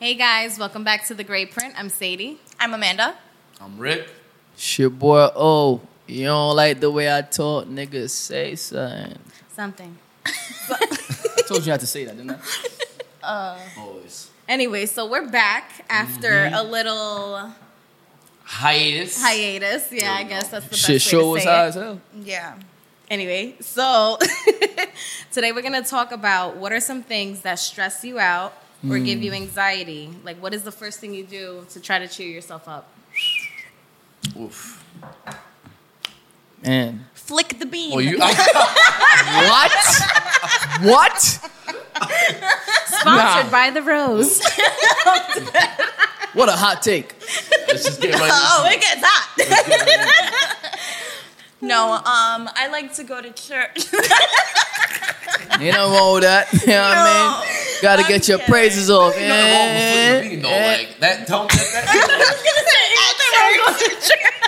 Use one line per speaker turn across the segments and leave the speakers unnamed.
Hey guys, welcome back to The Great Print. I'm Sadie.
I'm Amanda.
I'm Rick.
Shit, boy. Oh, you don't like the way I talk, nigga. Say something.
Something.
I told you not to say that, didn't I?
Uh,
Oh,
Always.
Anyway, so we're back after
Mm-hmm.
a little
Hiatus.
hiatus. Yeah, I guess that's the best way
Shit,
to
sure was
say
high
it.
as hell.
Yeah.
Anyway, so today we're going to talk about what are some things that stress you out or give
Mm.
you anxiety. Like, what is the first thing you do to try to cheer yourself up?
Oof.
Mm-hmm.
Man.
Flick the bean.
Oh, you. I,
What? what?
Sponsored by The Rose.
What a hot take.
let's just get right
oh,
into
it gets hot.
it. Get right into
no, um, I like to go to church.
You know wrong with that. You know what I mean? Gotta
I'm
get your
kidding.
praises off.
it. Nothing wrong with flipping the bean, though.
Eh, eh.
Like that. Don't let
eh.
that.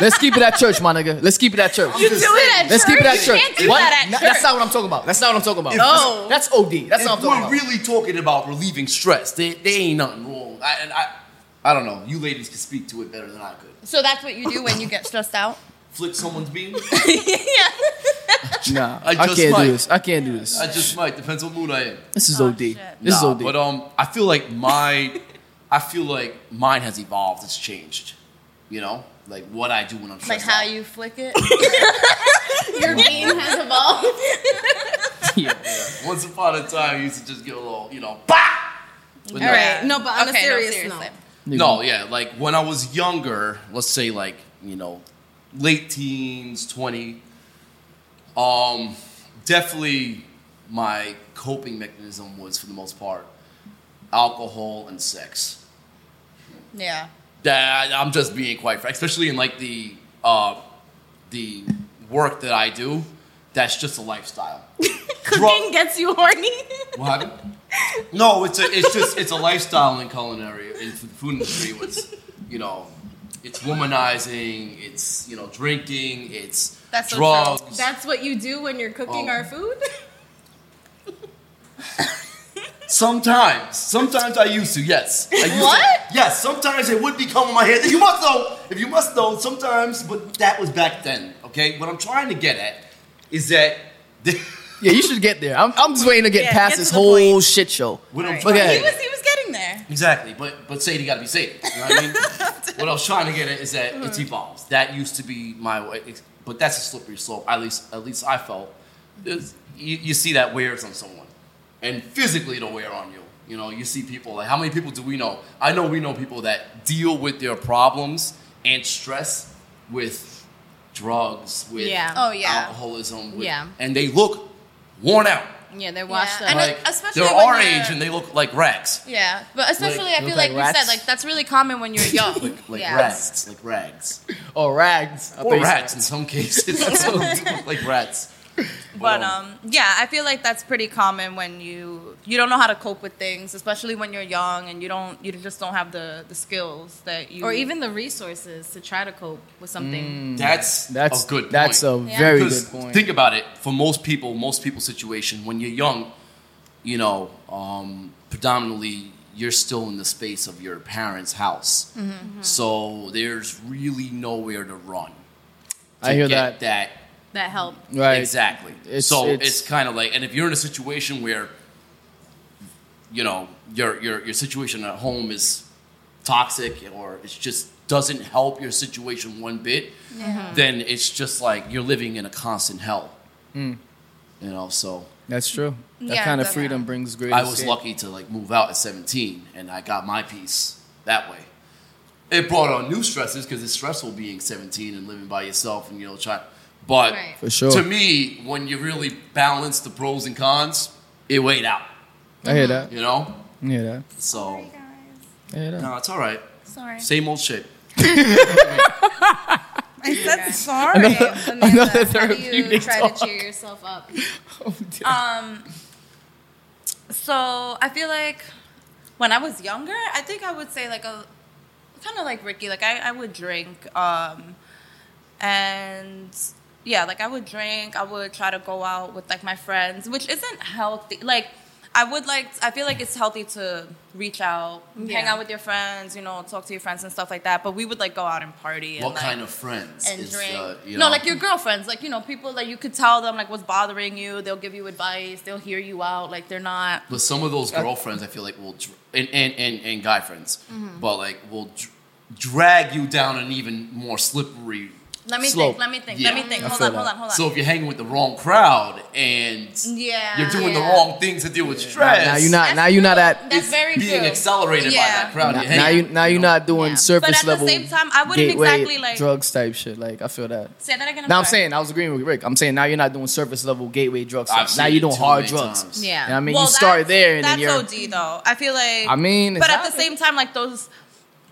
Let's keep it at church, my nigga. Let's keep it at church.
You do it
Let's keep it at
You
church.
can't do
What?
that at
No,
church.
That's not what I'm talking about. That's not what I'm talking about.
No.
That's OD. That's not
If
what I'm talking
we're
about.
really talking about relieving stress, there, there ain't nothing wrong. I, and I, I don't know. You ladies can speak to it better than I could.
so that's what you do when you get stressed out?
Flick someone's bean.
Nah,
I
I
just
can't
might.
do this. I can't do this.
I just might. Depends what mood I am.
This is
Oh,
OD. This
shit.
is
Nah,
OD.
But um, I feel like my, I feel like mine has evolved. It's changed. You know, like what I do when I'm
Like
stressed
how
out.
you flick it?
Your bean has evolved.
Yeah.
Once upon a time, you used to just get a little, you know, bah. But
All
no.
right. No, but on a
Okay,
serious
seriously.
note.
No, yeah, like when I was younger, let's say like you know, late teens, twenty. Um, definitely, my coping mechanism was for the most part alcohol and sex.
Yeah.
that I'm just being quite frank, especially in like the uh, the work that I do. That's just a lifestyle.
Cooking gets you horny.
What happened? No, it's a, it's just it's a lifestyle in culinary in the food industry. It's you know, it's womanizing, it's you know, drinking, it's
That's so
drugs.
That's what you do when you're cooking
Oh.
our food?
Sometimes, sometimes I used to. Yes, I used to-
What?
yes, sometimes it would become in my head. You must know. If you must know, sometimes. But that was back then. Okay. What I'm trying to get at is that.
Yeah, you should get there. I'm, I'm just waiting to get
Yeah,
past
get
this
to the
whole
point.
shit show.
What I'm
Right.
trying
Okay.
He was he was getting there.
exactly, but but Sadie got to be Sadie. You know what I mean? what I was trying to get at is that
Mm-hmm.
it's evolved. That used to be my way, it's- but that's a slippery slope. At least at least I felt. There's- You, you see that wears on someone, and physically it'll wear on you. You know, you see people like how many people do we know? I know we know people that deal with their problems and stress with drugs, with
Yeah.
Oh, yeah.
alcoholism, with,
Yeah.
and they look worn out.
Yeah, they're washed
Yeah,
up.
and
Like
especially
they're
when
our
you're-
age and they look like rags.
Yeah. But especially
Like-
I
look
feel
like
like, you
rats?
said, like that's really common when you're young.
like, like
Yeah.
rats, like rags,
Or Oh, rags. I thought
or
you said-
rats in some cases, like rats.
But um, yeah, I feel like that's pretty common when you you don't know how to cope with things, especially when you're young and you don't you just don't have the the skills that you
or even the resources to try to cope with something.
that's
That's
a good.
That's
point.
a
Yeah.
very
Because
good point.
Think about it. For most people, most people's situation, when you're young, you know, um, predominantly you're still in the space of your parents' house, so there's really nowhere to run.
I
to
hear
get
that.
That
That helped.
Right.
Exactly.
It's-
so it's,
it's-
kind of like, and if you're in a situation where, you know, your your your situation at home is toxic or it just doesn't help your situation one bit, then it's just like you're living in a constant hell.
Hmm.
You know, so
That's true. That
Yeah,
kind of
that's-
freedom brings great.
I was
escape.
lucky to like move out at 17 and I got my piece that way. It brought on new stresses because it's stressful being 17 and living by yourself and you know trying. But
Right.
For sure.
to me, when you really balance the pros and cons, it weighed out.
I hear that.
You know,
I hear that.
so
I hear that.
no, it's all right.
sorry.
Same old shit.
I said sorry.
Another-
Amanda,
another
how do you
therapeutic
try
talk.
to cheer yourself up?
Oh, dear.
Um, so I feel like when I was younger, I think I would say like a kind of like Ricky, like I, I would drink, um, and yeah, like I would drink. I would try to go out with like my friends, which isn't healthy. Like I would like. I feel like it's healthy to reach out, hang
Yeah.
out with your friends, you know, talk to your friends and stuff like that. But we would like go out and party. And,
What
like,
kind of friends?
and
is,
drink.
uh, you
no,
know-
like your girlfriends, like you know, people that you could tell them like what's bothering you. They'll give you advice. They'll hear you out. Like they're not.
But some of those girlfriends, I feel like will dr- and and and, and guy friends,
Mm-hmm.
but like will dr- drag you down an even more slippery.
Let me
Slope.
think. Let me think.
Yeah.
Let me think.
I
Hold
feel
on. Hold
that.
on. Hold on.
So if you're hanging with the wrong crowd and
yeah,
you're doing
yeah.
the wrong thing to deal with stress,
Now you're not.
That's
Now you're not
true.
at.
That's
it's
very
being
true.
accelerated by
Yeah.
that crowd.
now,
you're
now
hanging
you
with,
now you're
know?
not doing
Yeah.
surface
But at
level
the same time, I wouldn't
gateway
exactly like
drugs type shit. Like I feel that.
say that again.
Now I'm
sorry.
saying I was agreeing with Rick. I'm saying now you're not doing surface level gateway drugs.
I've
now
seen
you're
it
doing
too
hard
many
drugs.
times.
Yeah.
You know what I mean,
Well,
you start
that's-
there and then
that's
you're.
OD though. I feel like
I mean,
but at the
exactly.
same time, like those,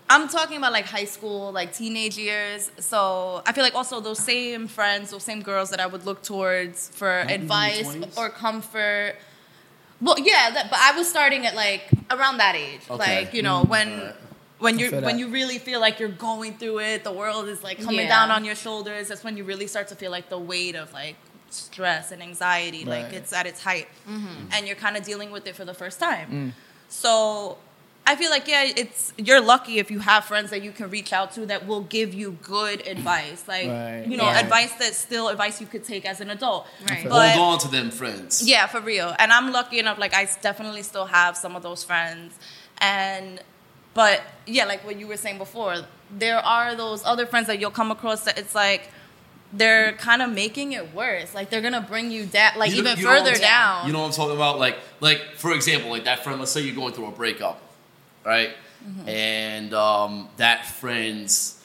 I'm talking about like high school, like teenage years. So I feel like also those same friends, those same girls that I would look towards for advice
20s?
or comfort. Well, yeah, that, but I was starting at like around that age,
Okay.
like you know
Mm,
when.
alright.
When
I
you
feel
when
that.
you really feel like you're going through it, the world is like coming
Yeah.
down on your shoulders. That's when you really start to feel like the weight of like stress and anxiety, like
Right.
it's at its height, and you're kind of dealing with it for the first time.
Mm.
So I feel like yeah, it's you're lucky if you have friends that you can reach out to that will give you good advice, like
Right,
you know,
right.
advice that's still advice you could take as an adult.
Right.
But
Hold on to them, friends.
yeah, for real. And I'm lucky enough, like I definitely still have some of those friends, and but yeah, like what you were saying before, there are those other friends that you'll come across that it's like. They're kind of making it worse. Like they're gonna bring you down, like
You know-
even
you know what I'm
further
ta-
down.
You know what I'm talking about? Like, like for example, like that friend. Let's say you're going through a breakup, right?
Mm-hmm.
And um, that friend's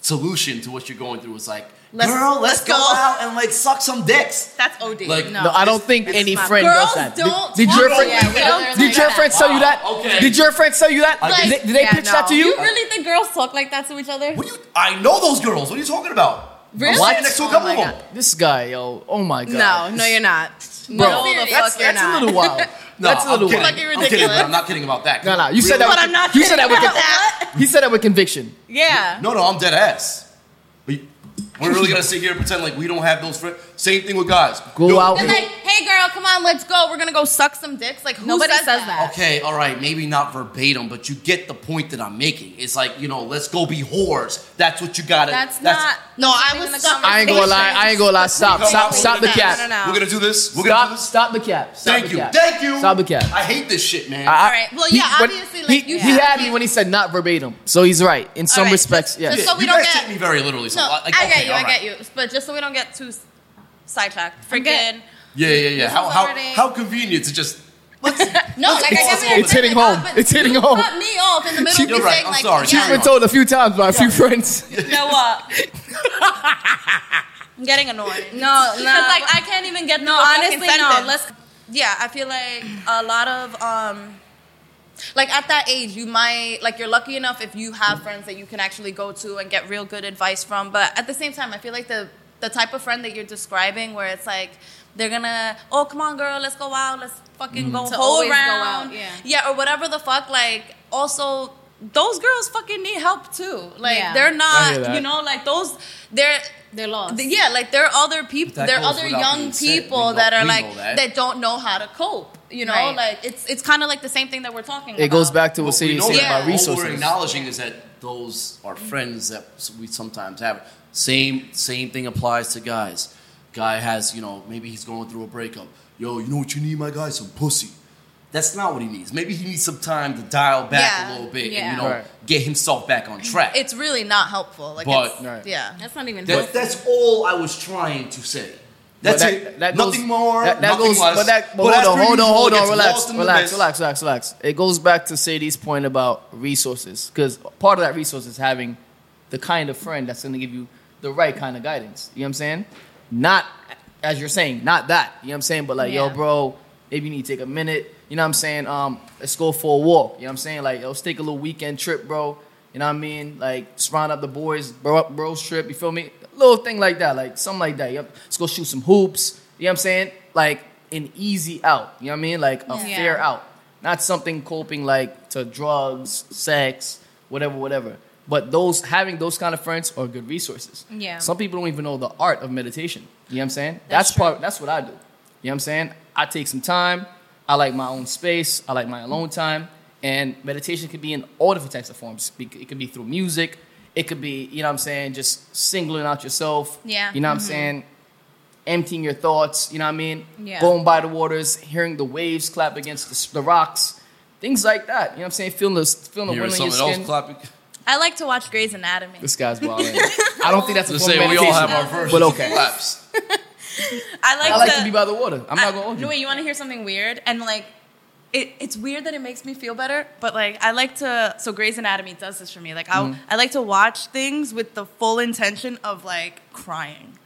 solution to what you're going through is like,
Let's-
girl, let's,
let's
go,
go."
out and like suck some dicks.
That's OD.
Like-
No, I don't think
it's
any
not-
friend
Girls
does that. Did-
don't
Did,
talk
your
to
friend?
each other
did- Did
like
your
that.
friends tell you that?
Wow, okay.
Did your friends tell you that?
I
Did
guess-
they, did they
yeah,
pitch that to
no.
you?
You really think girls talk like that to each other?
What do you? I know those girls. What are you talking about?
Really?
I'm sitting next to a
Oh
couple
my
of them.
This guy, yo, oh my god.
No, no, you're not.
Bro,
no, the
that's,
fuck you're
that's
not.
a little wild.
No,
that's a little
I'm
wild.
kidding.
Fucking
I'm kidding, but
ridiculous.
I'm not kidding about that.
No, no, you said that.
But
with-
I'm not
You said that
kidding
with
about that.
conviction. He said that with conviction.
Yeah.
No, no, I'm dead ass. We- We're really gonna sit here and pretend like we don't have those friends. Same thing with guys.
Go out
They're
and-
like, hey girl, come on, let's go. We're gonna go suck some dicks. Like who
Nobody
says,
says
that?
that.
Okay, all right, maybe not verbatim, but you get the point that I'm making. It's like you know, let's go be whores. That's what you gotta.
That's not-
No, I
Something in
was.
the
Stuck
I ain't gonna lie. I ain't gonna lie. Stop.
Come
Stop.
out
Stop the
with
No,
cap.
no, no.
We're gonna do this. We're gonna do
Stop.
this.
Stop the cap. Stop
Thank
the
you.
cap.
Thank you.
Stop the cap.
I hate this shit, man.
I-
All right. Well,
he-
yeah,
but
obviously, like,
he,
you
he
should
had
be-
me when he said not verbatim, so he's right in some
All right,
respects.
just-
yes.
just so we
you
don't
guys
get-
take me very literally. So
No,
I, Uh, like,
I
okay,
get you.
all
I
right.
get you. But just so we don't get too s- sidetracked,
Okay.
freaking.
Yeah, yeah, yeah. How
is
how
already-
how convenient to just. Let's,
No, like I
It's-
guess
it's
hitting home. It's hitting home.
Cut me off in the middle. of
You're
me
right,
saying,
I'm
like,
sorry.
yeah,
She's
I've been told a few times by a few friends.
You know what? I'm getting annoyed.
No, no.
Because like I can't even get
no,
through a fucking
honestly, no.
sentence.
Let's.
yeah i feel like a lot of um like at that age you might like you're lucky enough if you have friends that you can actually go to and get real good advice from but at the same time i feel like the the type of friend that you're describing where it's like they're gonna oh come on girl let's go out let's fucking go
To
whole
always go
round
out, yeah.
yeah or whatever the fuck like also those girls fucking need help too like
Yeah.
they're
hear
not
that.
Uh, you know like those they're
They're lost.
Th- yeah, like there are other people,
That
there are
goes
other
without
young
being said.
people
We know-
that are
we
like
know that.
that. don't know how to cope. You know,
Right.
like it's it's kind of like the same thing that we're talking.
It
about.
goes back to
Well,
what Sadie
we
was
know
saying
that.
about
Yeah.
All we're
resources.
acknowledging is that those are friends that we sometimes have. Same same thing applies to guys. Guy has you know maybe he's going through a breakup. Yo, you know what you need, my guy? Some pussy. That's not what he needs. Maybe he needs some time to dial back
Yeah.
a little bit
Yeah.
and you know
Right.
get himself back on track.
It's really not helpful. Like,
But-
it's,
Right.
yeah,
That's not even.
that's,
helpful.
that's all I was trying to say.
But
That's it.
goes-
nothing more.
That, that
nothing
goes.
less.
But that. But
But as
hold on.
per
Hold on.
usual,
Hold
it
on.
gets
Relax.
lost in the
Relax.
mist.
Relax. Relax. Relax. It goes back to Sadie's point about resources, because part of that resource is having the kind of friend that's going to give you the right kind of guidance. You know what I'm saying? Not as you're saying, not that. You know what I'm saying? But like, yo,
Yeah.
bro, maybe you need to take a minute. You know what I'm saying? Um, let's go for a walk. You know what I'm saying? Like, yo, let's take a little weekend trip, bro. You know what I mean? Like, just round up the boys, bro, bros trip. You feel me? Little thing like that, like something like that. Yep. Let's go shoot some hoops. You know what I'm saying? Like an easy out. You know what I mean? Like a
Yeah.
fair out, not something coping like to drugs, sex, whatever, whatever. But those having those kind of friends are good resources.
Yeah.
Some people don't even know the art of meditation. You know what I'm saying?
That's
That's, part. That's what I do. You know what I'm saying? I take some time. I like my own space. I like my alone time. And meditation could be in all different types of forms. Be- It could be through music. It could be, you know what I'm saying, just singling out yourself.
Yeah.
You know
Mm-hmm.
what I'm saying? Emptying your thoughts. You know what I mean?
Yeah.
Going by the waters, hearing the waves clap against the, s- the rocks, things like that. You know what I'm saying? Feeling the, feeling the
Hearing
wind on your
someone else
skin.
clapping.
I like to watch Grey's Anatomy.
This guy's wild. I don't think that's a
Just
form of
saying, we
meditation.
all have our versions
But
of
okay.
claps.
I like,
I like
to,
to be by the water. I'm
I-
not going to hold you.
No, wait, you want to hear something weird? And like, it, it's weird that it makes me feel better, but like, I like to. So Grey's Anatomy does this for me. Like, I
Mm-hmm.
I like to watch things with the full intention of like crying,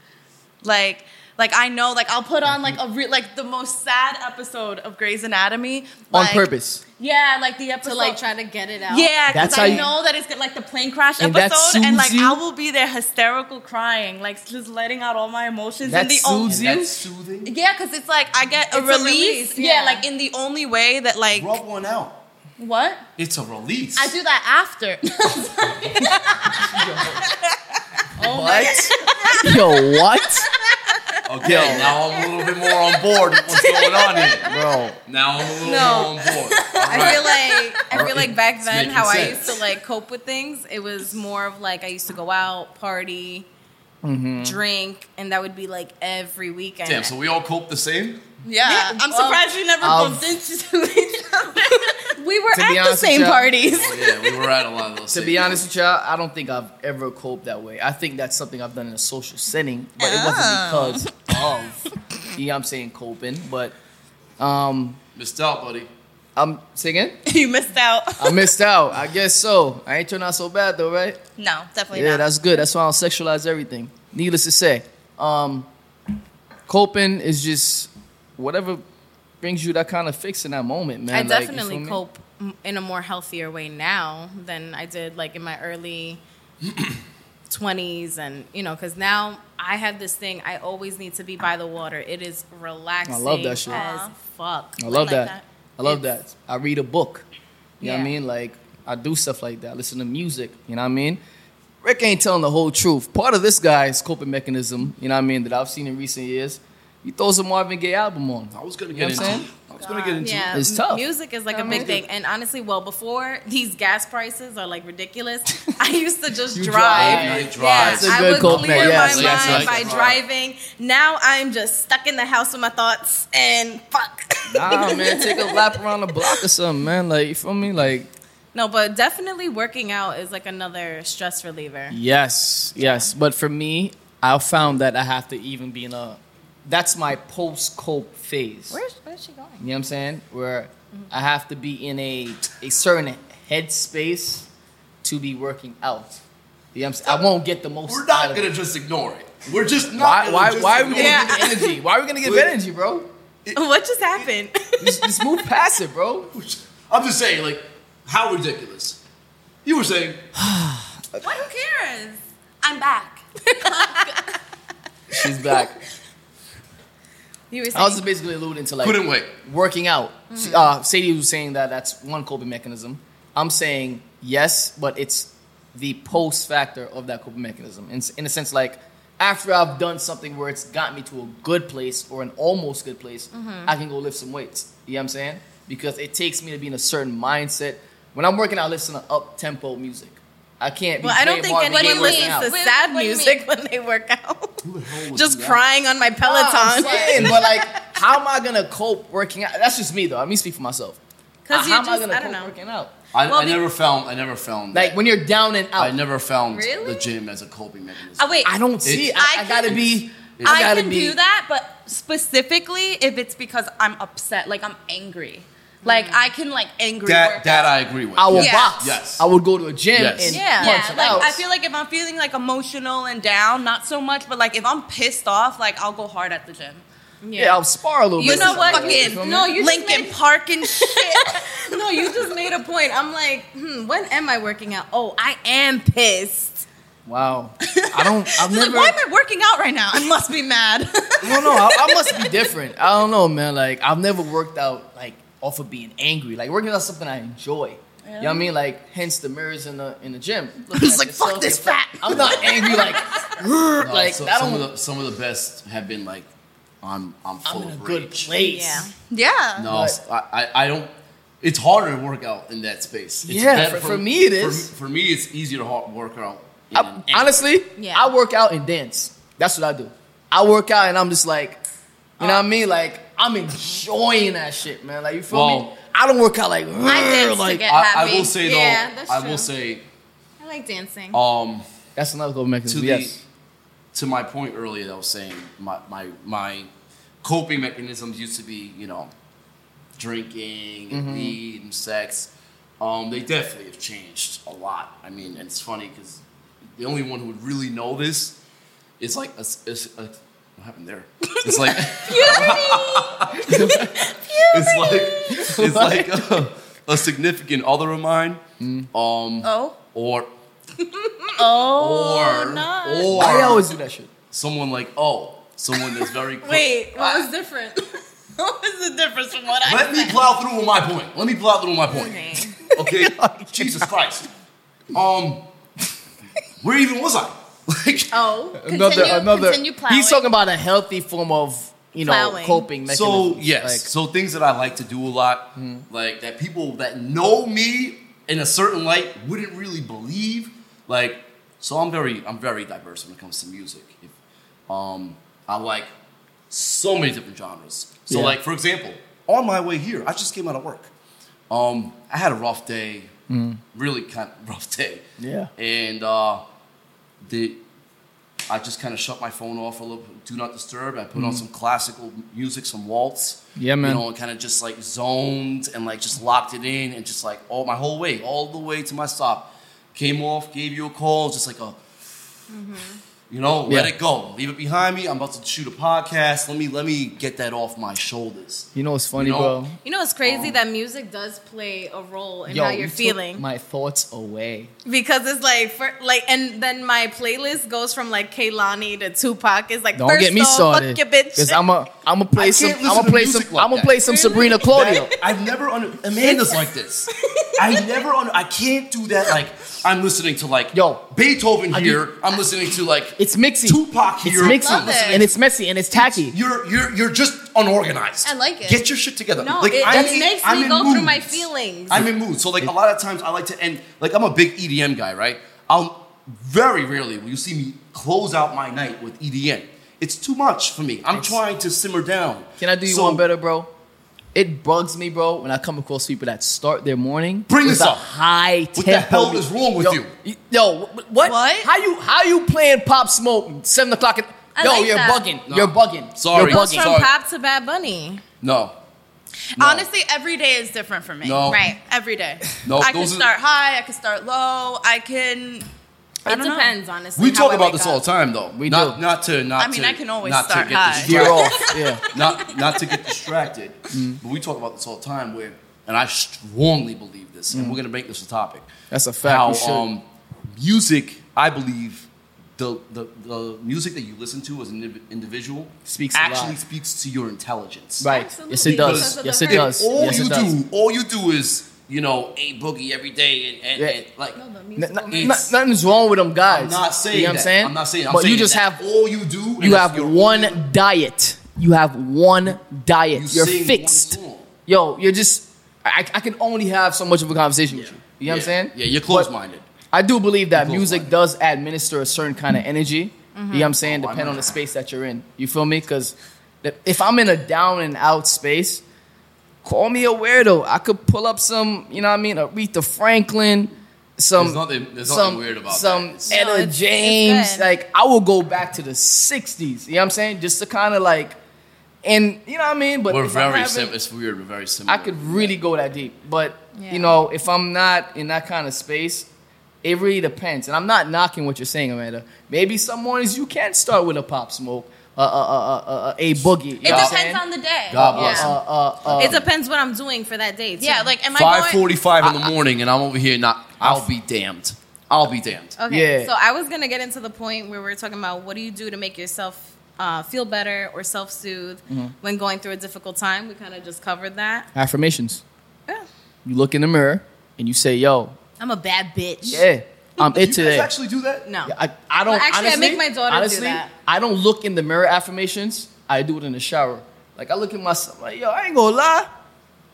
like. Like I know, like I'll put on like a re- like the most sad episode of Grey's Anatomy
On
like-
purpose.
Yeah, like the episode
to like try to get it out.
Yeah,
That's
because
how
I
you-
know that it's got, like the plane crash
And that
episode, and like
soothes you?
I will be there hysterical crying, like just letting out all my emotions.
That
and the
soothes
only,
And that's soothing.
yeah, because it's like I get a
It's a
release.
release,
yeah.
yeah.
like in the only way that like
Rub one out.
what
It's a release.
I do that after.
What? Yo, what?
Okay, now I'm a little bit more on board with what's going on here.
Bro.
Now I'm a little
No.
more on board. All
I feel
right.
like I feel like back
It's
then
making
how I
sense.
used to like cope with things, it was more of like I used to go out, party,
Mm-hmm.
drink, and that would be like every weekend.
Damn, so we all cope the same?
yeah, I'm
well,
surprised you never
I'll-
bumped into each other.
we were
To
at
be
the
honest with
same
y'all-
parties.
Oh, Yeah, we were at a lot of those.
To be honest with y'all, I don't think I've ever coped that way. I think that's something I've done in a social setting, but it wasn't because of, you know what I'm saying, coping. But um,
missed out, buddy.
I'm singing.
you missed out.
I missed out. I guess so. I ain't turned out so bad though, right?
No, definitely
yeah,
not.
that's good. That's why I don't sexualize everything. Needless to say, um, coping is just whatever brings you that kind of fix in that moment, man.
I
Like, you
definitely
feel me?
cope m- in a more healthier way now than I did like in my early 20s and you know cuz now I have this thing I always need to be by the water. It is relaxing
shit.
as
Aw.
fuck.
I love
like
that.
that.
I love
It's-
that. I read a book. You know what I
Yeah.
mean? Like I do stuff like that. Listen to music. You know what I mean? Rick ain't telling the whole truth. Part of this guy's coping mechanism, you know what I mean, that I've seen in recent years, he throws a Marvin Gaye album on.
I was gonna
You know
get
what I'm
into.
saying?
I was gonna get into.
Yeah,
It's
m-
tough.
Music is like a big thing, and honestly, well, before these gas prices are like ridiculous, I used to just
You
drive.
Night
Yeah,
drives.
That's a
I
good
would
coping.
clear
Yes,
my
yes,
mind
yes.
by
Yes.
driving. Now I'm just stuck in the house with my thoughts and fuck.
Nah, man, take a lap around the block or something, man. Like you feel me? Like
No, but definitely working out is like another stress reliever.
Yes, yes. But for me, I found that I have to even be in a. That's my post cope phase. Where's where's she going? You know what I'm saying? Where I have to be in a a certain headspace to be working out. You know what I'm saying? I won't get the most.
We're
out
not
of
gonna
it.
just ignore it. We're just not.
Why
gonna
why
just
why are we
ignore
gonna
it.
give it energy? Why are we gonna give it energy, bro?
What just happened?
Just, just move past it, bro.
I'm just saying, like, how ridiculous. You were saying
What? Who cares? I'm back.
She's back.
you were
I was
saying,
just basically alluding to like
couldn't wait.
working out.
Mm.
Uh, Sadie was saying that that's one coping mechanism. I'm saying yes, but it's the post factor of that coping mechanism. In, in a sense, like after I've done something where it's got me to a good place or an almost good place,
Mm-hmm.
I can go lift some weights. You know what I'm saying? Because it takes me to be in a certain mindset. When I'm working out, I listen to up tempo music. I can't be.
well, I don't
playing
think
Marvin Gaye
anyone
working
listens
out.
to
Wait,
sad
what do you
music when they work out. Just
do that?
crying on my Peloton.
I'm
Oh,
saying, but like, how am I gonna cope working out? That's just me though. Let me speak for myself.
'Cause
how
you
am I
just-
gonna
Uh, I
cope
don't know.
working out?
I,
Well,
I
be-
never found. I never found.
Like when you're down and out,
I
I,
never found
Really?
the gym as a coping mechanism.
Oh wait,
don't see. it. I,
I
I gotta
can-
be. I
I
gotta
can
be.
do that, but specifically if it's because I'm upset, like I'm angry. Like
Mm.
I can like angry
that
work
that
out.
I agree with.
I will
Yeah.
box.
Yes.
I would go to a gym
Yes.
and
yeah,
punch
yeah.
it
Like
out.
I feel like if I'm feeling like emotional and down, not so much, but like if I'm pissed off, like I'll go hard at the gym.
yeah. I'll spar a little
You
bit.
know what?
sometimes,
Fucking
feel me?
No, you just
Lincoln
made-
Park and shit.
no, you just made a point. I'm like, hmm, when am I working out? Oh, I am pissed.
Wow. I don't. I've
Like,
never.
why am I working out right now? I must be mad.
no, no. I, I must be different. I don't know, man. Like I've never worked out like off of being angry. Like working out is something I enjoy. You know what I mean? Like, hence the mirrors in the in the gym. Looking at
like,
yourself,
fuck this
you're like,
fat.
I'm not angry. Like,
No,
like
so-
I
some
don't.
of the some of the best have been like I'm I'm full
I'm in a
of
good
rage.
place.
Yeah.
Yeah.
No, I, I I don't. It's harder to work out in that space. It's
Yeah,
better
for- for me it
for-
is. Oh.
For, me, it's easier to hard work out. in
I,
an act.
honestly,
Yeah.
I work out and dance. That's what I do. I work out and I'm just like, you know what I mean? Like I'm enjoying that shit, man. Like you feel me?
Well-
I don't work out like,
dance to
like
get-
I, I
happy.
will say
Yeah,
though,
that's
I
true.
will say,
I like dancing.
um,
that's another go mechanism.
to
Yes.
the to my point earlier that I was saying my my my coping mechanisms used to be you know drinking and weed and sex. Um, they definitely have changed a lot. I mean, and it's funny because the only one who would really know this is like a, s- a s- a- what happened there. It's like it's like it's like a, a significant other of mine. Um,
Oh.
or
Oh.
or
no.
or
Why you always do that shit?
someone like oh someone that's very quick.
Wait, what was different? what was the difference from what I
let me plow through with my point let me plow through with my point
Okay.
okay jesus christ um where even was i like
Oh,
Continue- continue plowing.
He's talking about a healthy form of you know
Plowing.
coping mechanism.
so yes so things that i like to do a lot
Hmm.
like that people that know me in a certain light wouldn't really believe like so i'm very i'm very diverse when it comes to music if, um i like so many different genres so
Yeah.
like for example on my way here i just came out of work um i had a rough day really kind of rough day
Hmm. Yeah.
and uh the I just kind of shut my phone off a little. Do not disturb. I put on some classical music, some waltz.
Mm-hmm. Yeah, man.
You know, and kind of just like zoned and like just locked it in and just like all my whole way, all the way to my stop. Came off, gave you a call, just like a, you know, let
Yeah.
it go, leave it behind me. I'm about to shoot a podcast. Let me let me get that off my shoulders.
you know what's funny,
You know,
bro?
You know, it's crazy that music does play a role in
Yo,
how
you
you're
took
feeling
my thoughts away.
because it's like, for, like, and then my playlist goes from like Kaylani to Tupac. It's like,
Don't
first
get me
off,
started.
Fuck your bitch.
Cause I'm a, I'm gonna play
I
some,
can't
I'm
listen
gonna
to
play some,
music like
I'm gonna
that.
play some Sabrina Claudio.
That- I've never under Amanda's like this. I never under I can't do that. Like I'm listening to like
Yo.
Beethoven
I
here. I'm listening to like
It's mixy.
Tupac here.
It's mixy
Love it.
and it's messy and it's tacky.
You're you're you're just unorganized.
I like it.
Get your shit together.
no,
like
it,
I'm
it
in-
makes
I'm
me
in
go through my
moods.
feelings.
I'm in mood. So like a lot of times I like to end like I'm a big EDM guy, right? I'll very rarely will you see me close out my night with EDM. It's too much for me. I'm trying to simmer down.
Can I do you
So-
one better, bro? It bugs me, bro, when I come across people that start their morning
Bring
with
this
a
up.
high
What
tempo.
the hell is wrong with
yo,
you?
y- Yo, wh- what?
What?
How you how you playing pop smoke seven o'clock? At,
I
yo,
like
you're
that.
bugging.
No.
You're bugging.
Sorry.
You're
Goes
bugging.
from
Sorry.
pop to Bad Bunny.
No. No.
Honestly, every day is different for me.
No.
Right.
Every day.
No,
I can
those are-
start high. I can start low. I can. I
It
don't know.
depends, honestly.
We
how
talk
I
about
wake
this
up.
all the time, though.
We
not,
do.
Not to, not
I mean,
to,
I can always
not to
start
get
high.
You're
distracted.
off. Yeah.
not, not to get distracted. But we talk about this all the time. Where, and I strongly believe this, and we're gonna make this a topic.
That's a fact.
How
You should.
um, music, I believe, the, the the music that you listen to as an indiv- individual
Speaks a
actually
lot.
speaks to your intelligence.
Right. Yes, it
Absolutely,
because
does.
of
Yes,
the
it
fact-
does.
All
Yes,
you
it does.
do, all you do is you know a boogie every day, and, and,
Yeah.
and like
No, the
N-
music
n-
will
n-
make-
nothing's wrong with them guys.
I'm not saying
You know what
that.
I'm saying?
I'm not saying. I'm
but you
saying
just
that
have
all you do. and
you
that's
have
your
one
only-
diet. You have one
you
diet. You are
sing one
fixed.
song.
Yo, you're just. I, I can only have so much of a conversation with you. You know what I'm
Yeah.
saying?
Yeah, you're close minded.
I do believe that
Go
music
for it.
does administer a certain kind of energy. You know what I'm saying?
Oh, I
Depending
know.
on the space that you're in. You feel me? Because if I'm in a down and out space, call me a weirdo. I could pull up some, you know what I mean, Aretha Franklin, some
There's nothing- there's
some,
nothing weird about
some
that.
No,
Etta
it's- it's
James.
good.
like I will go back to the '60s. You know what I'm saying? Just to kind of like, and you know what I mean. But
We're
if I'm
very
having-
similar. It's weird. We're very similar.
I could really go that deep. But
Yeah.
you know, if I'm not in that kind of space, it really depends. And I'm not knocking what you're saying, Amanda. Maybe some mornings you can start with a pop smoke, uh, uh, uh, uh, uh, a boogie. You
It
know what I'm saying?
depends on the day.
God
Yeah.
bless.
Uh, uh, uh,
it depends what I'm doing for that day. Too.
Yeah, like am
Five
I going?
forty-five in the morning, and I'm over here. Not. I'll be damned. I'll be damned.
Okay,
Yeah.
so I was gonna get into the point where we are talking about what do you do to make yourself uh, feel better or self soothe
Mm-hmm.
when going through a difficult time. We kind of just covered that.
affirmations.
Yeah.
You look in the mirror and you say, "Yo,
I'm a bad bitch.
yeah, I'm
Do you
it
guys
today."
actually do that?
No.
I, I don't
Well, actually, I
honestly,
make my daughter do
honestly,
that.
I don't look in the mirror affirmations. I do it in the shower. Like I look at myself, like yo, I ain't gonna lie,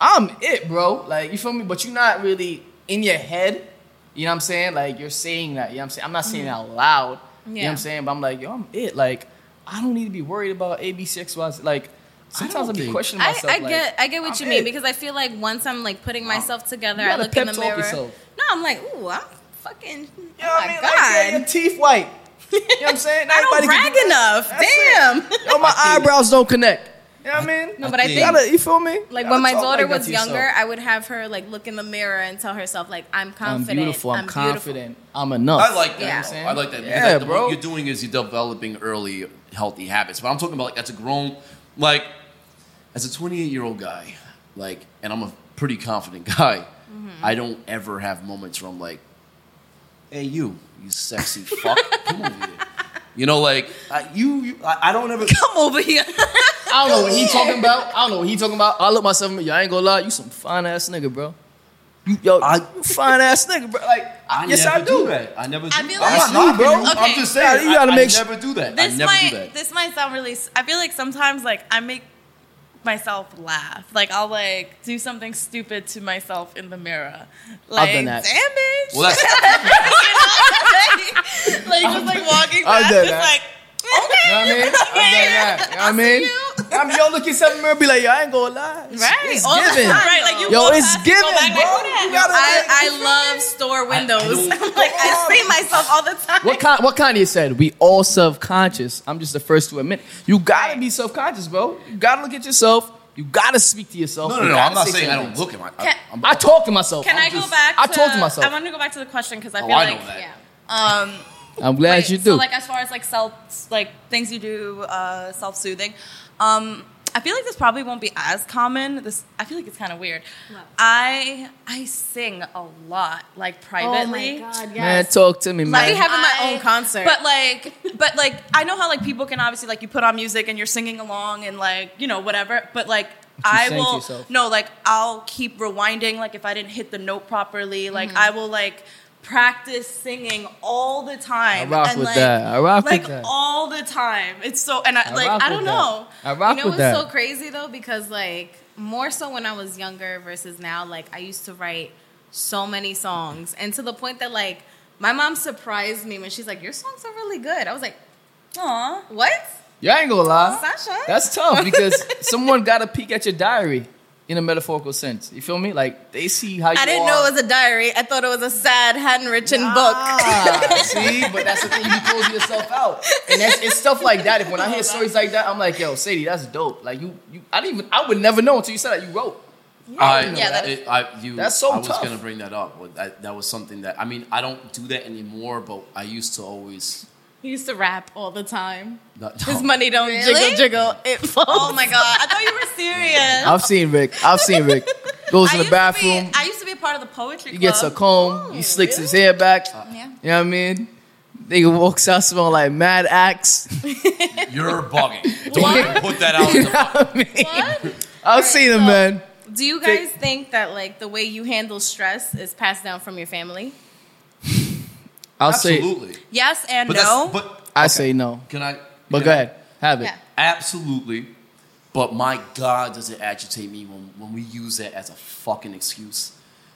I'm it, bro. Like you feel me? But you're not really in your head. You know what I'm saying? Like you're saying that. You know what I'm saying? I'm not saying it out loud. You know what
Mm-hmm. Yeah.
I'm saying? But I'm like, yo, I'm it. Like I don't need to be worried about A, B, six, Y. Z. Like sometimes
don't
I'll be
think-
questioning
I,
myself.
I
like,
get I get what
I'm
you mean
it.
because I feel like once I'm like putting myself together,
You
I
gotta
look in
pep
the
talk
mirror.
yourself.
No, I'm like, ooh, I'm fucking.
You know
oh my
what I mean?
god,
Like, yeah, your teeth white. You know what I'm saying?
I don't
Everybody
brag
can
enough. Damn.
do- Yo, my eyebrows don't connect. You know what I mean?
No, but I
You
think
gotta- you feel me?
like
You
when
gotta
my
talk
daughter
like that
was
to yourself.
younger, I would have her like look in the mirror and tell herself like, I'm
I'm
confident.
beautiful. I'm,
beautiful."
confident. I'm enough.
I like that.
Yeah.
though. I like that. because
Yeah,
that- the-
bro.
What you're doing is you're developing early healthy habits. But I'm talking about like that's a grown, like, as a 28 year old guy, like, and I'm a pretty confident guy.
Mm-hmm.
I don't ever have moments where I'm like, "Hey, you, you sexy fuck, come over here." You know, like I, you, you I, I don't ever.
Come over here.
I don't know what he talking about. I don't know what he talking about. I look myself in the mirror. I ain't gonna lie. You some fine ass nigga, bro. You, yo,
I-
you fine ass nigga, bro. Like,
I
yes,
never
I do.
that. I never.
I
do
feel
that.
like-
I'm not
Bro,
knocking you.
okay.
I'm just saying.
You gotta
I,
make
I
su-
never do that.
This
I never
might
do that.
this might sound really. s- I feel like sometimes like I make myself laugh. Like I'll like do something stupid to myself in the mirror. Like
done that.
damn bitch.
Well, that's
like just like walking
I've
past,
done
just
that.
like okay.
You know what I mean? I've done that. You know what I mean? I mean, yo, look yourself in the mirror, be like, yo, I ain't gonna lie. It's,
Right,
It's
all the
giving.
time. Right, like you
Yo,
walk
it's
past, you
giving,
go back,
bro.
like, "Who the
You gotta
I,
like-
I love store windows.
I- I
like I see myself all the time.
What kind? What Kanye said? We all self-conscious. I'm just the first to admit. You gotta be self-conscious, bro. You gotta look at yourself. You gotta speak to yourself.
no, no,
You
no.
gotta
I'm not
say
saying I
certain
don't
things.
look at my. I- oh,
Can-
I'm-
I talk to myself.
Can
I'm
i go
just-
back?
I
to,
talk to myself.
I want to go back to the question because I
Oh,
feel
I know
like
that.
Yeah.
um,
I'm glad
wait,
you do.
So like as far as like self like things you do uh, self soothing, um, I feel like this probably won't be as common. This I feel like it's kind of weird.
What?
I I sing a lot like
Oh my
privately.
god, yes.
man, talk to me,
I
man.
be having my
I-
own concert.
But like, but like, I know how like people can obviously like you put on music and you're singing along and like you know whatever. But like,
you
I
saying to
will
yourself.
no like I'll keep rewinding like if I didn't hit the note properly. Like
Mm-hmm.
I will like practice singing all the time.
I rock
and,
with
like,
that. I rock with
like,
that.
all the time. It's so and I,
I
like
rock
I don't
with
know.
that. I rock
you know
with
what's so
that.
crazy though because like more so when i was younger versus now like i used to write so many songs and to the point that like my mom surprised me when she's like your songs are really good i was like
Aw.
what
Yeah, I ain't gonna lie.
Sasha?
That's tough because someone got to peek at your diary in a metaphorical sense. You feel me? Like they see how you
i didn't
are.
know it was a diary i thought it was a sad handwritten book
Ah, see, but that's the thing. You close yourself out, and that's, it's stuff like that. If when I hear stories like that, I'm like, "Yo, Sadie, that's dope." Like you, you, I didn't even, I would never know until you said that you wrote.
I,
Yeah, that-
it- I, you,
That's so
I was
tough.
going to bring that up. Well, That, that was something that I mean, I don't do that anymore, but I used to always.
he used to rap all the time
Not,
his
Oh.
money don't jiggle jiggle it falls
Oh my god! I thought you were serious.
I've seen Rick. I've seen Rick. Goes in
I
the
used to be-
bathroom.
I used to be a part of the poetry
He
club.
gets a comb. he slicks his hair back.
Yeah.
You know what I mean? Nigga walks out smelling like Mad Axe.
You're bugging. Don't even put that out.
You
in
know
the-
what I mean?
What?
I've seen him,
so-
man.
do you guys think that like the way you handle stress is passed down from your family
I'll say
Absolutely.
Yes and
But
no.
that's. But
I
okay.
say no.
Can I?
But
can
go
I-
ahead. Have it.
Yeah.
Absolutely. But my God, does it agitate me when, when we use that as a fucking excuse?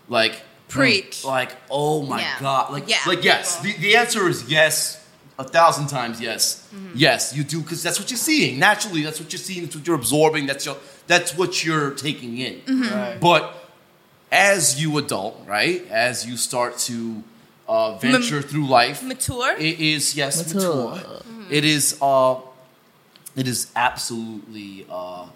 Like,
Preach.
Like, oh my
Yeah.
God. Like,
Yeah.
like yes. The, the answer is yes, a thousand times yes.
Mm-hmm.
Yes, you do, because that's what you're seeing. Naturally, that's what you're seeing. That's what you're absorbing. That's, your, that's what you're taking in.
Mm-hmm.
Right.
But as you adult, right, as you start to uh, venture through life,
Mature.
it is yes,
Mature.
mature. It is uh, it is absolutely uh,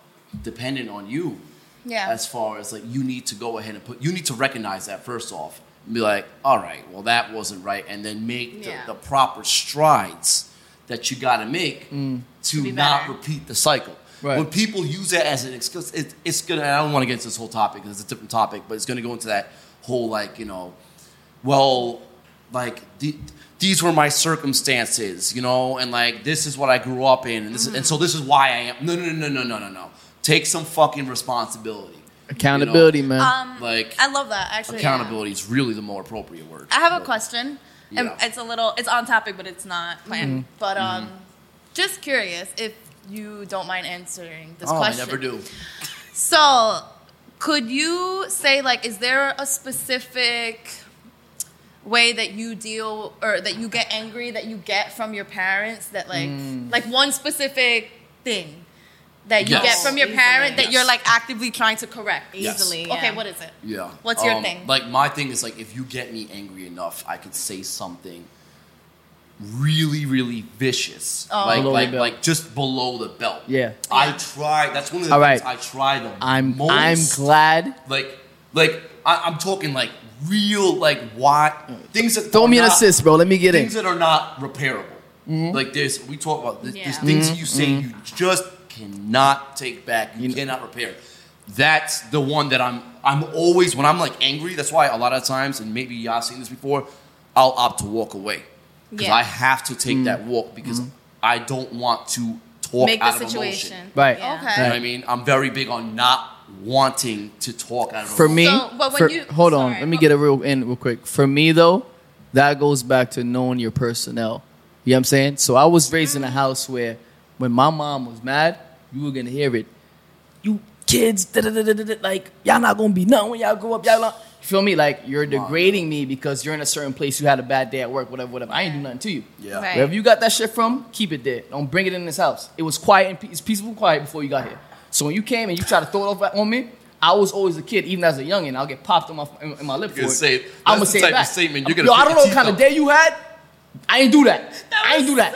dependent on you.
Yeah.
As far as like you need to go ahead and put, you need to recognize that first off, and be like, all right, well that wasn't right, and then make the,
Yeah.
the proper strides that you got to make to
be
not
better.
repeat the cycle.
Right.
When people use that as an excuse, it, it's gonna. and I don't want to get into this whole topic because it's a different topic, but it's gonna go into that whole like you know well, like the, these were my circumstances, you know, and like this is what I grew up in, and this and so this is why I am. No, no, no, no, no, no, no, no. Take some fucking responsibility.
Accountability,
You know?
man.
Uh,
um,
Like
I love that actually.
accountability is really the more appropriate word.
I have a
But-
question.
Yeah. Mm-hmm.
Um, It's a little. It's on topic, but it's not planned. But um, just curious if you don't mind answering this
Oh, I
question.
never do.
So, could you say like, is there a specific way that you deal or that you get angry that you get from your parents that like
Mm.
like one specific thing that you
Yes.
get from your
Easily.
parent that
Yes.
you're like actively trying to correct?
Yes.
easily.
Okay,
yeah.
what is it?
Yeah. Um,
What's your thing?
Like my thing is like if you get me angry enough, I could say something really, really vicious.
Oh.
Like
Below the
like
belt.
like just below the belt.
Yeah.
I try. That's one of the
All
things
right.
I try the
I'm
most.
I'm glad.
like like I, I'm talking like real like why things that
Throw
are
me an
not-
assist, bro. Let me get in.
Things that are not repairable.
Mm-hmm.
Like this, we talk about this,
Yeah.
things you say you just cannot take back. You,
You know-
cannot repair. That's the one that I'm. I'm always when I'm like angry. That's why a lot of times, and maybe y'all seen this before, I'll opt to walk away because
Yeah.
I have to take
Mm-hmm.
that walk because I don't want to talk
Make
out
the
of
situation.
emotion.
Right.
Yeah.
Okay.
You know what I
Right.
mean, I'm very big on not wanting to talk out of
For
emotion.
me,
So, but when
for-
you-
hold on.
sorry.
Let me get a real in real quick. For me though, that goes back to knowing your personnel. You know what I'm saying? So I was raised
Mm.
in a house where when my mom was mad, you were gonna hear it. You kids, da, da, da, da, da, da, like y'all not gonna be nothing when y'all grow up. Y'all not you feel me? Like you're degrading me because you're in a certain place. You had a bad day at work, whatever, whatever. I ain't do nothing to you.
Yeah.
Right.
Wherever you got that shit from, keep it there. Don't bring it in this house. It was quiet and pe- it's peaceful and quiet before you got here. So when you came and you tried to throw it off on me, I was always a kid, even as a youngin. I'll get popped in my in, in my lip for
You're gonna say it.
it. I'm gonna
That's the
say
type
it
of
back.
statement you're gonna
Yo, I
put
don't
your
know what kind of
teeth
day you had. I ain't do that. I ain't do that.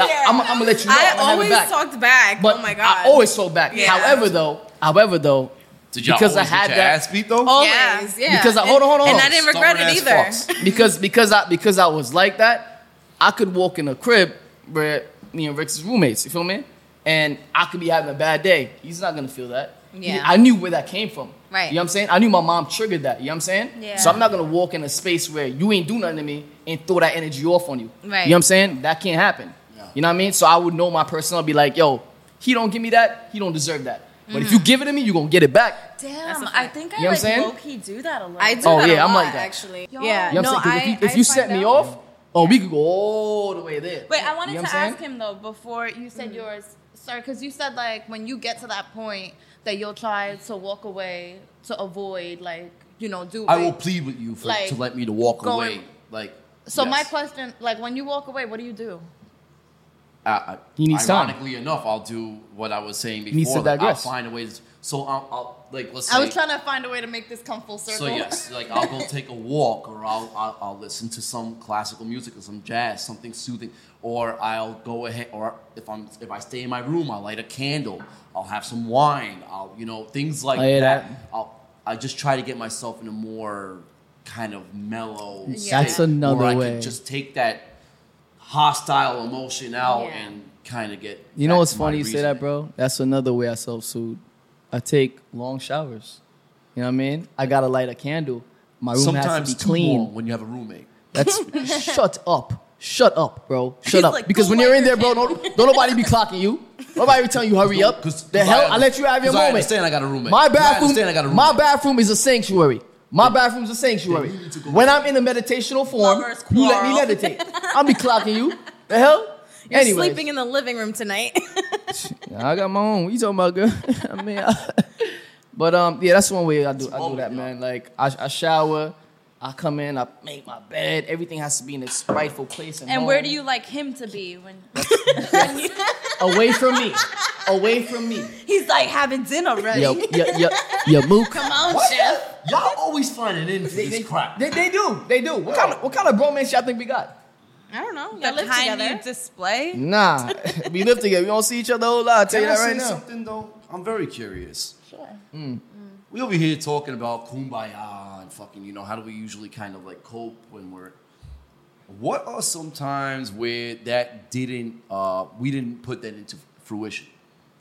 I'm gonna let you know.
I
I'm gonna have it
always
back.
talked back.
But
oh my
I
god.
always throw back.
Yeah.
However, though, however though,
Did y'all
Because I
always get
had
your
that-
ass beat though?
Always,
Yeah.
yeah.
Because I- hold on, hold on,
And
hold
I Oh,
on.
didn't regret it either.
Stubborn-ass fucks.
because because I because I was like that, I could walk in a crib where me and Rick's roommates. You feel me? And I could be having a bad day. He's not gonna feel that.
Yeah.
He- I knew where that came from.
Right.
You know what I'm saying? I knew my mom triggered that. You know what I'm saying?
Yeah.
So I'm not gonna walk in a space where you ain't do nothing to me and throw that energy off on you.
Right.
You know what I'm saying? That can't happen.
Yeah.
You know what I mean? So I would know my person. I'd be like, yo, he don't give me that. He don't deserve that. But
Mm-hmm.
if you give it to me, you gonna get it back.
Damn,
a
I
fact.
think
You know what
I
I'm
like
saying?
low key do that a lot.
I do
Oh,
that
yeah,
a
I'm
lot,
like that.
actually.
Yo.
Yeah.
You know
no,
what I'm saying? 'Cause if you,
I-
if
I
you set
find
me
out-
off, oh, we could go all the way there.
Wait, I wanted
You know what
to
I'm
ask
saying?
him though before you said yours, sir, because you said like when you get to that point that you'll try to walk away to avoid like you know do.
I will plead with you for,
Like,
to let me to walk
going-
away. Like
So my
yes.
question, like when you walk away, what do you do?
I, I,
He needs time.
ironically enough, I'll do what I was saying before.
needs to
like, I'll
digress.
find a way. To, so I'll, I'll like let's.
I
say-
was trying to find a way to make this come full circle.
So yes, like I'll go take a walk, or I'll, I'll I'll listen to some classical music or some jazz, something soothing, or I'll go ahead, or if I'm if I stay in my room, I'll light a candle, I'll have some wine, I'll you know things like
I hear
that.
that.
I'll I just try to get myself in a more kind of mellow.
That's
state
another
where I
way.
Can just take that hostile emotion out
Yeah.
and kind of get.
You know
back
what's
to my
funny you say that,
reasoning.
bro? That's another way I self soothe. I take long showers. You know what I mean? I gotta light a candle. My room
Sometimes
has to
too
be clean.
long when you have a roommate.
That's shut up. Shut up, bro. Shut up.
like,
because
"Go
when you're
light
in
your
there, bro, don't, don't nobody be clocking you. Nobody be telling you hurry up.
Because
The hell, I, let you have your
I
moment.
understand I got a roommate.
My
'Cause I
bathroom,
understand I got a roommate.
my bathroom is a sanctuary. My bathroom is a sanctuary.
Then you need to go
When I'm in a meditational form,
Lovers
you let me
quarrel.
meditate. I'll be clocking you. The hell?
You're
Anyways.
sleeping in the living room tonight.
I got my own. What you talking about, girl? I mean, I- but um, yeah, that's one way I do. I do
moment,
that,
y'all.
man. Like I, I shower, I come in, I make my bed. Everything has to be in its rightful place. And,
And where
home.
do you like him to be when
Away from me. Away from me.
he's like having dinner already?
Yo, yo, yo, yo, Mook.
Come on,
What
chef.
the- Y'all always finding in for this crap.
They, they do. They do. What kind of what kind of bromance y'all think we got?
I don't know.
The
Y'all live
kind
together.
you display.
Mm, Nah, we live together. We don't see each other a whole lot. I tell
Can
you
I
that
say
right now.
something though? I'm very curious. Hmm.
Sure.
Mm. We over here talking about kumbaya and fucking, you know, how do we usually kind of like cope when we're. What are some times where that didn't, uh, we didn't put that into fruition?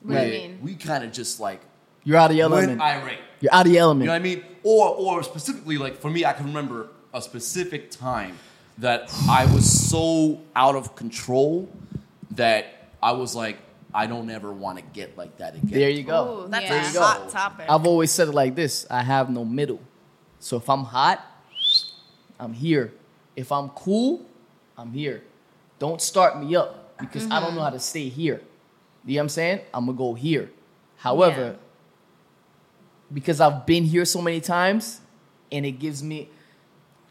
What do
Right.
you mean?
We kind of just like
You're out of your
went
element.
irate.
You're out of your
You know what I
element.
mean? Or or specifically, like for me, I can remember a specific time that I was so out of control that I was like, I don't ever want to get like that again.
There you go.
Ooh, that's
There you
a
go.
hot topic.
I've always said it like this I have no middle. So if I'm hot, I'm here. If I'm cool, I'm here. Don't start me up because I don't know how to stay here. You know what I'm saying? I'm gonna go here. However,
Yeah.
because I've been here so many times, and it gives me.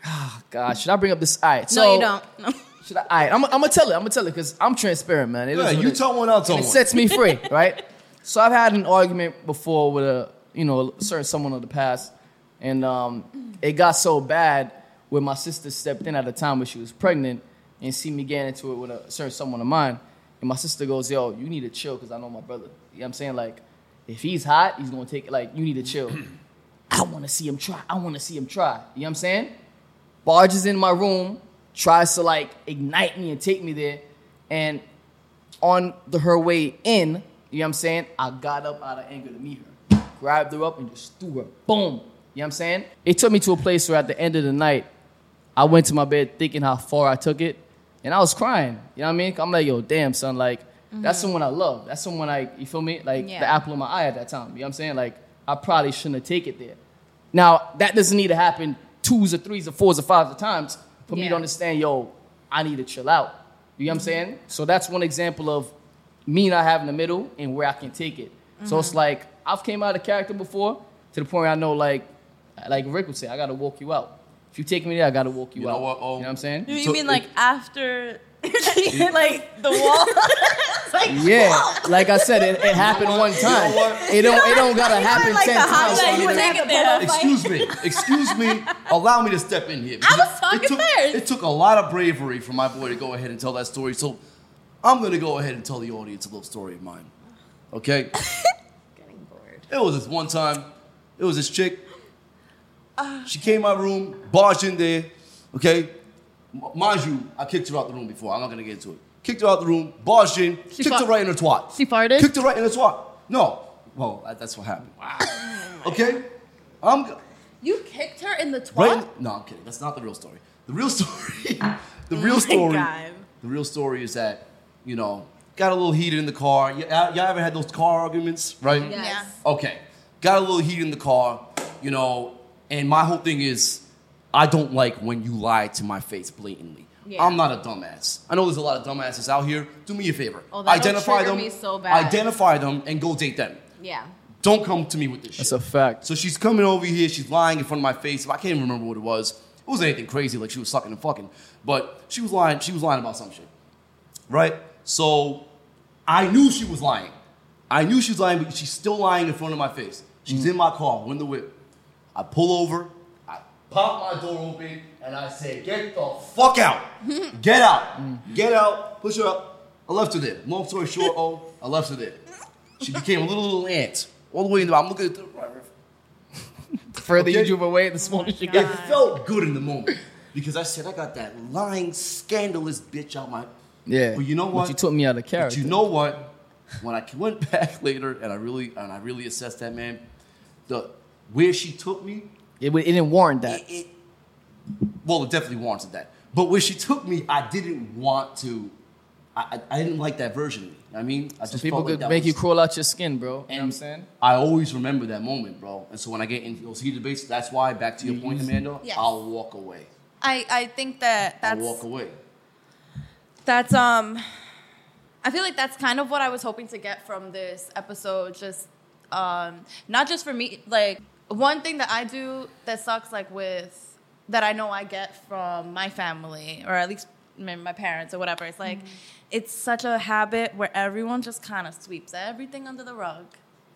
Ah, God, should I bring up this? All right, so
no, you don't. No.
Should I? All right, I'm, I'm gonna tell it. I'm gonna tell it because I'm transparent, man. It is
Yeah,
what
you
it-
tell one, I'll tell
and
one.
it sets me free, right? So I've had an argument before with a you know a certain someone of the past, and um, it got so bad where my sister stepped in at a time when she was pregnant and see me getting into it with a certain someone of mine, and my sister goes, "Yo, you need to chill because I know my brother. You know what I'm saying like, if he's hot, he's gonna take it. Like, you need to chill. I want to see him try. I want to see him try. You know what I'm saying? Barges in my room, tries to like ignite me and take me there, and on the, her way in, you know what I'm saying? I got up out of anger to meet her. Grabbed her up and just threw her. Boom. You know what I'm saying? It took me to a place where at the end of the night, I went to my bed thinking how far I took it. And I was crying. You know what I mean? I'm like, yo, damn, son, like, that's someone I love. That's someone like, you feel me? Like the
Mm-hmm. Yeah.
apple in my eye at that time. You know what I'm saying? Like, I probably shouldn't have taken it there. Now, that doesn't need to happen twos or threes or fours or fives or times for me to
Yeah.
understand, yo, I need to chill out. You know what I'm saying? So that's one example of me not having the middle and where I can take it. So
Mm-hmm.
it's like I've came out of character before to the point where I know like like Rick would say, I gotta walk you out. If you take me there, I gotta walk you,
You know
out.
what, oh.
you know what I'm saying?
You
So
mean
it-
like after, like the wall? It's like,
Yeah, like I said, it, it happened one time. It don't it don't gotta happen
like
ten
the
times.
highlight.
you
would
take it
have to
there.
Excuse me, excuse me. Allow me to step in here. because
was
it-
talking
it took,
first.
It took a lot of bravery for my boy to go ahead and tell that story. So I'm gonna go ahead and tell the audience a little story of mine. Okay.
Getting bored.
It was this one time. It was this chick.
Uh.
She came in my room, barged in there. Okay, M- mind you, I kicked her out the room before. I'm not gonna get into it. Kicked her out the room, barged in,
She
kicked
fa-
her right in her twat.
She farted?
Kicked her right in her twat. No, well that- that's what happened. Wow. okay, I'm g-
You kicked her in the twat?
right. in- No, I'm kidding. That's not the real story. The real story. the real story.
God.
The real story is that you know got a little heated in the car. Y- y'all y'all ever had those car arguments, right?
Yes.
Yeah.
Okay. Got a little heat in the car, you know, and my whole thing is I don't like when you lie to my face blatantly.
Yeah.
I'm not a dumbass. I know there's a lot of dumbasses out here. Do me a favor.
Oh, that'll
identify
trigger
them.
me so bad.
Identify them and go date them.
Yeah.
Don't come to me with this
That's
shit.
a fact.
So she's coming over here. She's lying in front of my face. I can't even remember what it was. It wasn't anything crazy, like she was sucking and fucking. But she was lying. She was lying about some shit, right? So I knew she was lying. I knew she was lying, but she's still lying in front of my face. She's in my car, window whip. I pull over. I pop my door open, and I say, "Get the fuck out! Get out! Get out! Push her up." I left her there. Long story short, oh, I left her there. She became a little little ant all the way in the. I'm looking at the
The further you
Okay. Oh
drove away, the smaller she
it
got.
felt good in the moment because I said I got that lying, scandalous bitch out my.
Yeah.
But you know what?
But you took me out of
But
character.
you know what? When I went back later and I really and I really assessed that man, the where she took me,
it, wa- it didn't warrant
it,
that.
it well, it definitely warranted that. But where she took me, I didn't want to. I, I, I didn't like that version of me. I mean, I
So
just
people
felt like
could
that
make
was-
you crawl out your skin, bro. You know what I'm
and
saying?
I always remember that moment, bro. And so when I get into those heated debates, that's why. Back to your
Mm-hmm.
point, Amanda.
Yes.
I'll walk away.
I, I think that
I'll walk
that's
away.
that's um I feel like that's kind of what I was hoping to get from this episode just um not just for me like one thing that I do that sucks like with that I know I get from my family or at least my my parents or whatever it's like
Mm-hmm.
it's such a habit where everyone just kind of sweeps everything under the rug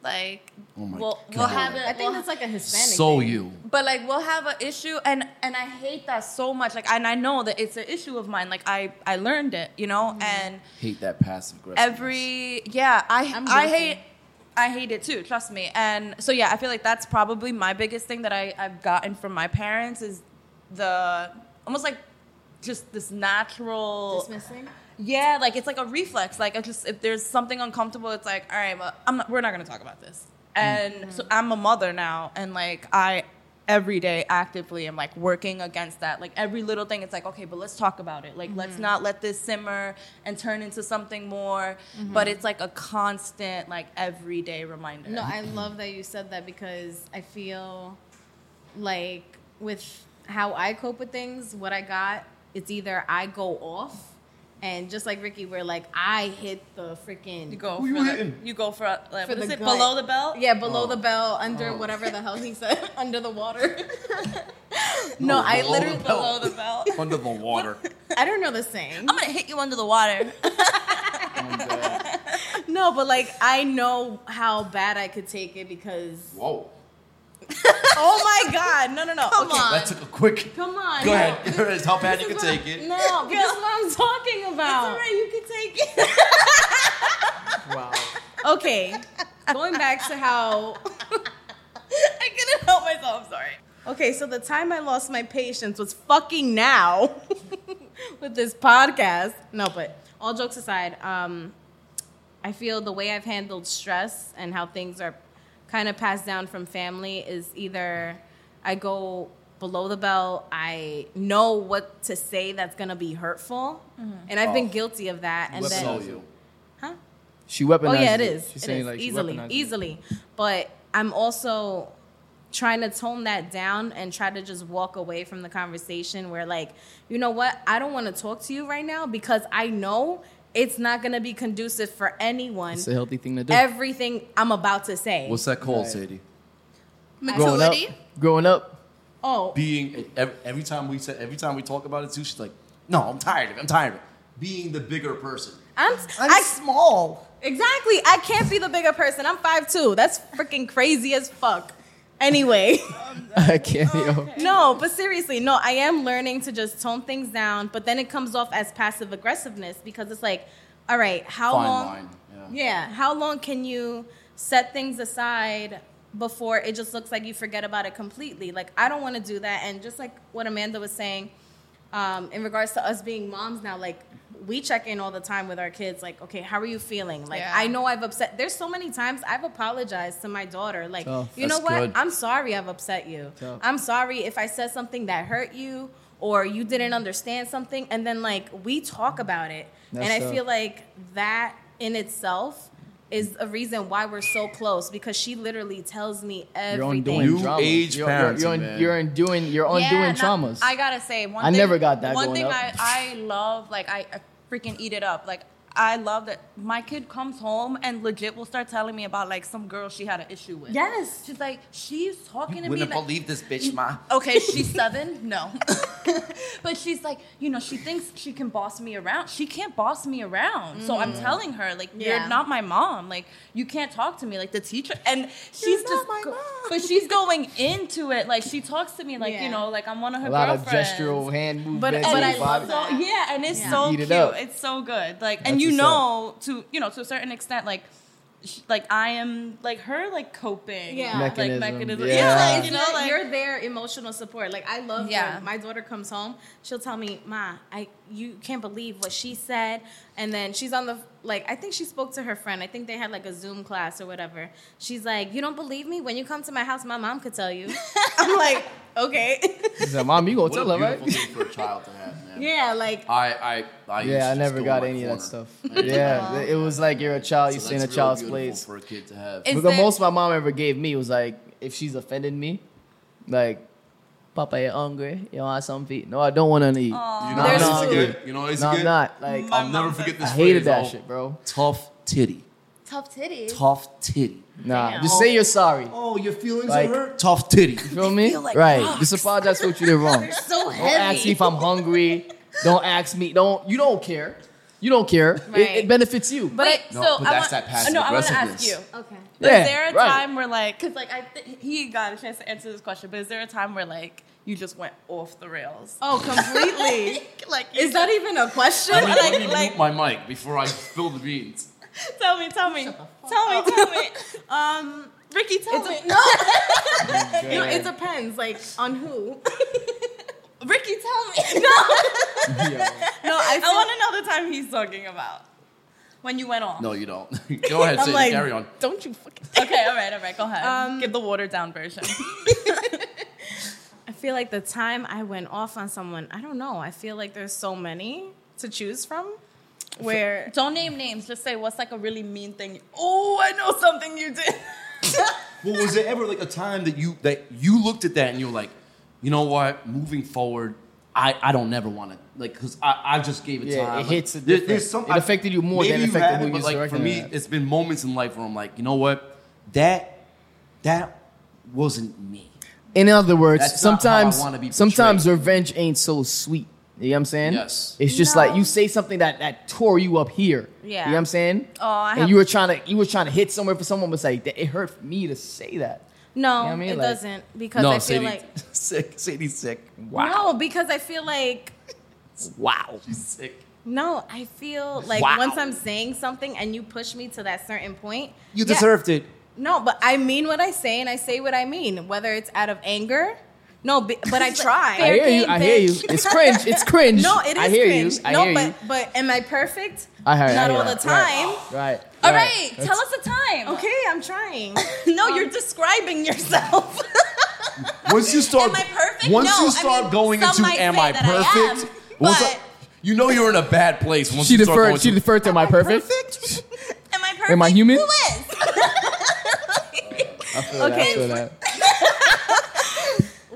like
Oh my
we'll,
God.
we'll have it
I
we'll
think that's like a Hispanic.
So
thing.
you.
but like we'll have an issue and and i hate that so much like and i know that it's an issue of mine like i i learned it you
Mm-hmm.
know and
Hate that passive aggressive.
every yeah i
I'm
i
guilty.
hate i hate it too trust me and so yeah i feel like that's probably my biggest thing that i i've gotten from my parents is the almost like just this natural
Dismissing.
yeah, like it's like a reflex. Like I just if there's something uncomfortable, it's like all right, well, I'm not, we're not gonna talk about this. And
Mm-hmm.
so I'm a mother now, and like I every day actively am like working against that. Like every little thing, it's like okay, but let's talk about it. Like
Mm-hmm.
let's not let this simmer and turn into something more.
Mm-hmm.
But it's like a constant, like everyday reminder.
No, I love that you said that because I feel like with how I cope with things, what I got, it's either I go off And just like Ricky, where like I hit the freaking
You go
Who you
for the,
hitting?
you go for like,
for
what is
the
it
gut.
below the belt?
Yeah, below
Oh.
the bell, under
Oh.
whatever the hell he said, under the water. no,
No,
I
below
literally
the
below the belt.
Under the water.
I don't know the saying.
I'm gonna hit you under the water.
No, but like I know how bad I could take it because
Whoa.
Oh my god. No, no, no.
Come
okay.
on.
That took a quick.
Come on.
Go
no.
ahead. Here it is. How bad you can
This is
take
what-
it.
No, this is what I'm talking about.
you can take it.
Wow.
Okay. Going back to how
I couldn't help myself. I'm sorry.
Okay, so the time I lost my patience was fucking now with this podcast. No, but all jokes aside, um, I feel the way I've handled stress and how things are kind of passed down from family is either I go below the belt, I know what to say that's gonna be hurtful,
Mm-hmm.
and I've
Oh.
been guilty of that. And
Weaponize
So
then,
it.
you.
huh?
She weaponized.
Oh yeah, it
it
is.
She's
It
saying
is
like she
easily,
weaponized it.
easily. But I'm also trying to tone that down and try to just walk away from the conversation where like, you know what? I don't want to talk to you right now because I know it's not going to be conducive for anyone.
It's a healthy thing to do.
Everything I'm about to say.
What's that called,
Right.
Sadie?
growing up,
Maturity.
growing up,
oh,
Being every, every time we said every time we talk about it too, she's like, "No, I'm tired of it. I'm tired of it." Being the bigger person.
I'm,
I'm
I-
small.
exactly. I can't be the bigger person. I'm 5'2". That's freaking crazy as fuck. Anyway.
I can't. Yo.
No, but seriously, no, I am learning to just tone things down, but then it comes off as passive aggressiveness because it's like, all right, how
Fine
long?
line, yeah.
Yeah. how long can you set things aside before it just looks like you forget about it completely? Like, I don't want to do that. And just like what Amanda was saying, um, in regards to us being moms now, like we check in all the time with our kids, like, okay, how are you feeling? Like,
Yeah.
I know I've upset. There's so many times I've apologized to my daughter, like,
Tough.
you know
That's
what?
good.
I'm sorry I've upset you.
Tough.
I'm sorry if I said something that hurt you or you didn't understand something. And then, like, we talk about it.
That's
and I
tough.
feel like that in itself is a reason why we're so close because she literally tells me
You're
everything.
undoing
You
trauma.
age
you're, you're, you're,
parenting, man.
you're undoing. You're undoing
and I-
traumas.
I, gotta say, one
I
thing,
never got that
One
growing
thing
up.
I, I love, like I, I freaking eat it up. Like I love that my kid comes home and legit will start telling me about like some girl she had an issue with.
Yes.
she's like she's talking to me.
Wouldn't
like-
believe this bitch, ma.
Okay, she's seven. No, but she's like, you know, she thinks she can boss me around. She can't boss me around. So I'm telling her, like,
Mm. Yeah.
you're not my mom. Like, you can't talk to me like the teacher. And she's
not
just,
my
go-
mom.
but she's going into it. Like, she talks to me like,
Yeah.
you know, like I'm one of her
a lot of
girlfriends.
gestural hand movements.
But-
and
but
And
I
it's
love that.
body-
so yeah, and it's
Yeah.
so
Eat it
cute.
up.
It's so good. Like,
That's
and you
what's
know, to you know, to a certain extent, like, sh- like I am like her, like coping,
Yeah.
Mechanism,
like mechanism.
yeah.
Yeah,
Like,
like, you know, like
you're their emotional support. Like I love
Yeah.
when my daughter comes home, she'll tell me, "Ma, I you can't believe what she said." And then she's on the like I think she spoke to her friend. I think they had like a Zoom class or whatever. She's like, "You don't believe me? When you come to my house, my mom could tell you." I'm like, "Okay."
She's like, Mom, you gonna
What a
tell her,
beautiful
right?
thing for a child to have, man.
yeah, like
Uh, I, I, I used
Yeah, I
to
never
steal
got
my
any of that
corner.
stuff. Yeah, it was like you're a child. You
So
stay in a
that's
child's
really beautiful
place.
for a kid to have.
Is
But the
there-
most my mom ever gave me was like, if she's offended me, like, Papa, you're hungry. You want something to eat? No, I don't want to eat.
you
No,
know,
I'm
what I
not.
used to get? You know, what I used
No,
to
I'm
get?
not. Like,
My
I'll never
mom
forget
said
this.
I hated
phrase,
that
oh,
shit, bro.
Tough titty.
tough titty.
Tough titty.
Nah,
Damn.
just say you're sorry.
Oh, your feelings
Like-
hurt. Tough titty.
You feel me?
feel like
right.
rocks.
Just apologize for what you did wrong.
So
Don't ask me
heavy.
if I'm hungry. Don't ask me. Don't. You don't care. You don't care. It- It,
Right.
benefits you.
But,
No,
so
but
I
that's
want,
that passive
no, I want to ask
aggressiveness.
you.
Okay.
Yeah,
is there a
right.
time where like, cause like I th- he got a chance to answer this question, but is there a time where like you just went off the rails?
Oh, completely.
like,
Is that even a question?
Let me, let
Like,
me
like-
mute my mic before I spill the beans.
tell me, tell me, tell me, tell me. Um, Ricky, tell me.
it's a, no. You know, it depends, like on who.
Ricky, tell me.
Yeah.
No, I
I want to know the time he's talking about when you went off.
No, you don't. Go ahead,
I'm
Sadie.
like,
carry on.
Don't you fucking.
Okay, all right, all right, go ahead.
Um,
Give the watered down version.
I feel like the time I went off on someone, I don't know. I feel like there's so many to choose from. Where
Don't name names. Just say what's like a really mean thing. Oh, I know something you did.
Well, was there ever like a time that you that you looked at that and you were like, you know what? Moving forward, I, I don't never want to like because I, I just gave it
Yeah,
time.
it
Like,
hits it
there-
different. It affected you more than
maybe
it
you
affected
had
who
it,
you
but,
was
like for
directing
me,
it at.
it's been moments in life where I'm like, you know what, that that wasn't me.
In other words,
That's not how I
sometimes
wanna be portrayed.
sometimes revenge ain't so sweet. You know what I'm saying?
Yes.
It's just
No.
like you say something that, that tore you up here. You
Yeah.
know what I'm saying?
Oh, I
and
have-
you were trying to you were trying to hit somewhere for someone, but it's like it hurt me to say that.
No,
You know what I mean?
it
Like-
doesn't because I feel
Sadie,
like
sick. Sadie's sick.
no, because I feel like
Wow.
She's sick.
no, I feel like
Wow.
once I'm saying something and you push me to that certain point,
You
yeah.
deserved it.
No, but I mean what I say and I say what I mean, whether it's out of anger. No, b- but I try.
I hear you. I hear you. It's cringe. It's cringe.
No, it is
I hear
cringe.
you. I
no,
hear
but
you.
but am I perfect?
I hear you.
Not
I hear
all
you.
the time.
Right.
All
right.
right,
That's-
tell us a time.
Okay, I'm trying.
No, you're describing yourself.
Once you start,
Am I perfect?
once
No, I
you start
mean,
going
some
into
might
"Am
say
I
that I am,
perfect?" once I-
but-
you know you're in a bad place. Once
She
you start
deferred
going
she
to-
deferred to my perfect.
Am I perfect?
Am I human?
Who is?
I feel
Okay.
I feel that.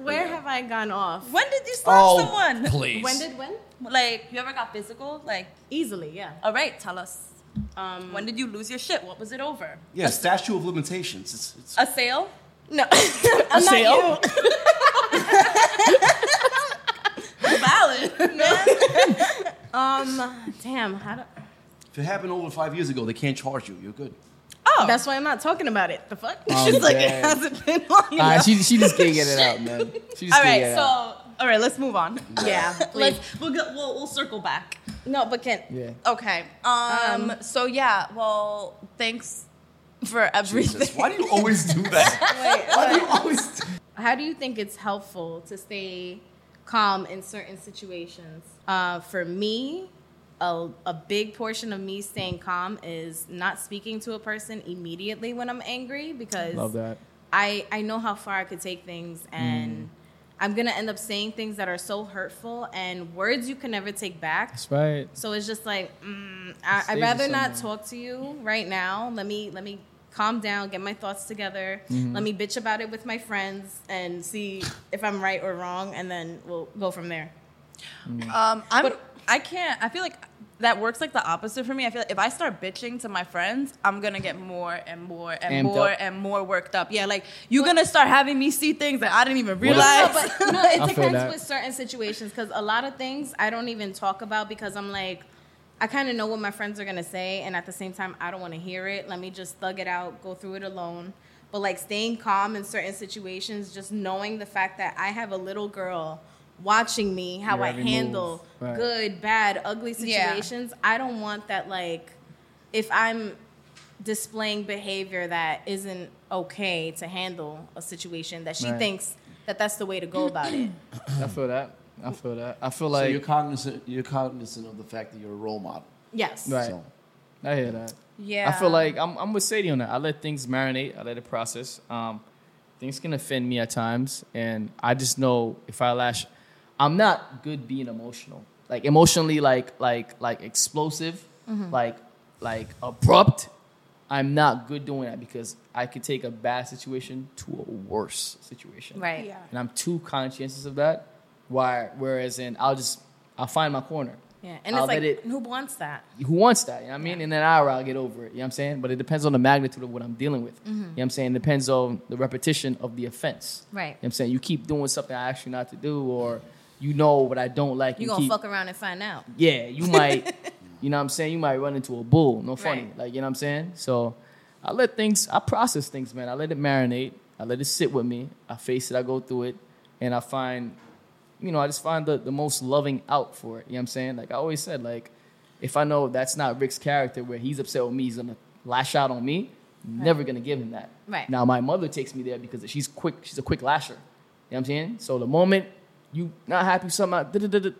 Where have I gone off?
When did you slap
Oh,
someone?
please.
When did when?
Like, you ever got physical? Like,
Easily, yeah.
all right, tell us.
Um,
When did you lose your shit? What was it over?
yeah, statute of limitations. It's, it's
A sale?
no, I'm not you.
Sale?
Valid.
Um, damn, how do,
If it happened over five years ago, they can't charge you. You're good.
Oh,
that's why I'm not talking about it. The fuck?
Oh,
She's like,
dang.
it hasn't been long
All right,
enough.
she she just can't get it out, man. She just
all
can't
right.
get it
So,
out.
Oh, all right, let's move on.
Yeah, please.
let's we'll, go, we'll we'll circle back.
no, but can
Yeah.
Okay. Um. so yeah. Well, thanks for everything.
Jesus, why do you always do that?
wait.
Why do you always?
How do you think it's helpful to stay calm in certain situations? Uh, for me, a, a big portion of me staying calm is not speaking to a person immediately when I'm angry because
Love that.
I, I know how far I could take things and
Mm.
I'm gonna end up saying things that are so hurtful and words you can never take back.
That's right.
So it's just like mm, I,
Stay
I'd
with
rather not
someone.
talk to you right now. Let me let me calm down, get my thoughts together. Let me bitch about it with my friends and see if I'm right or wrong, and then we'll go from there.
Um. I'm. I can't. I feel like that works like the opposite for me. I feel like if I start bitching to my friends, I'm gonna get more and more and
Amped
more
up.
and more worked up. Yeah. Like you're gonna start having me see things that I didn't even
No,
realize.
but no, it
I feel that.
depends with certain situations because a lot of things I don't even talk about because I'm like, I kind of know what my friends are gonna say, and at the same time, I don't want to hear it. Let me just thug it out, go through it alone. But like staying calm in certain situations, just knowing the fact that I have a little girl watching me how
Your
I
every move.
handle
Right.
good, bad, ugly
Yeah.
situations. I don't want that like if I'm displaying behavior that isn't okay to handle a situation that she
Right.
thinks that that's the way to go about it.
I feel that. I feel that. I feel
so
like
you're cognizant. You're cognizant of the fact that you're a role model.
Yes.
Right.
So.
I hear that.
Yeah.
I feel like I'm, I'm with Sadie on that. I let things marinate. I let it process. Um, things can offend me at times, and I just know if I lash, I'm not good being emotional. Like emotionally, like like like explosive,
Mm-hmm.
like like abrupt. I'm not good doing that because I could take a bad situation to a worse situation
Right.
Yeah.
and I'm too conscientious of that. Why? Whereas in I'll just I'll find my corner.
Yeah. And
I'll
it's like
let it-
who wants that?
Who wants that? You know what I mean? In an hour I'll get over it. You know what I'm saying? But it depends on the magnitude of what I'm dealing with.
Mm-hmm.
You know what I'm saying? It depends on the repetition of the offense.
Right.
You know what I'm saying? You keep doing something I ask you not to do or you know what I don't like.
You're gonna
keep-
fuck around and find out.
yeah, you might, you know what I'm saying? You might run into a bull. No funny.
Right.
Like, you know what I'm saying? So I let things, I process things, man. I let it marinate. I let it sit with me. I face it. I go through it. And I find, you know, I just find the, the most loving out for it. You know what I'm saying? Like I always said, like, if I know that's not Rick's character where he's upset with me, he's going to lash out on me. I'm Never going to give him that.
Right.
Now, my mother takes me there because she's quick. She's a quick lasher. You know what I'm saying? So the moment you not happy with something, out- da-da-da-da,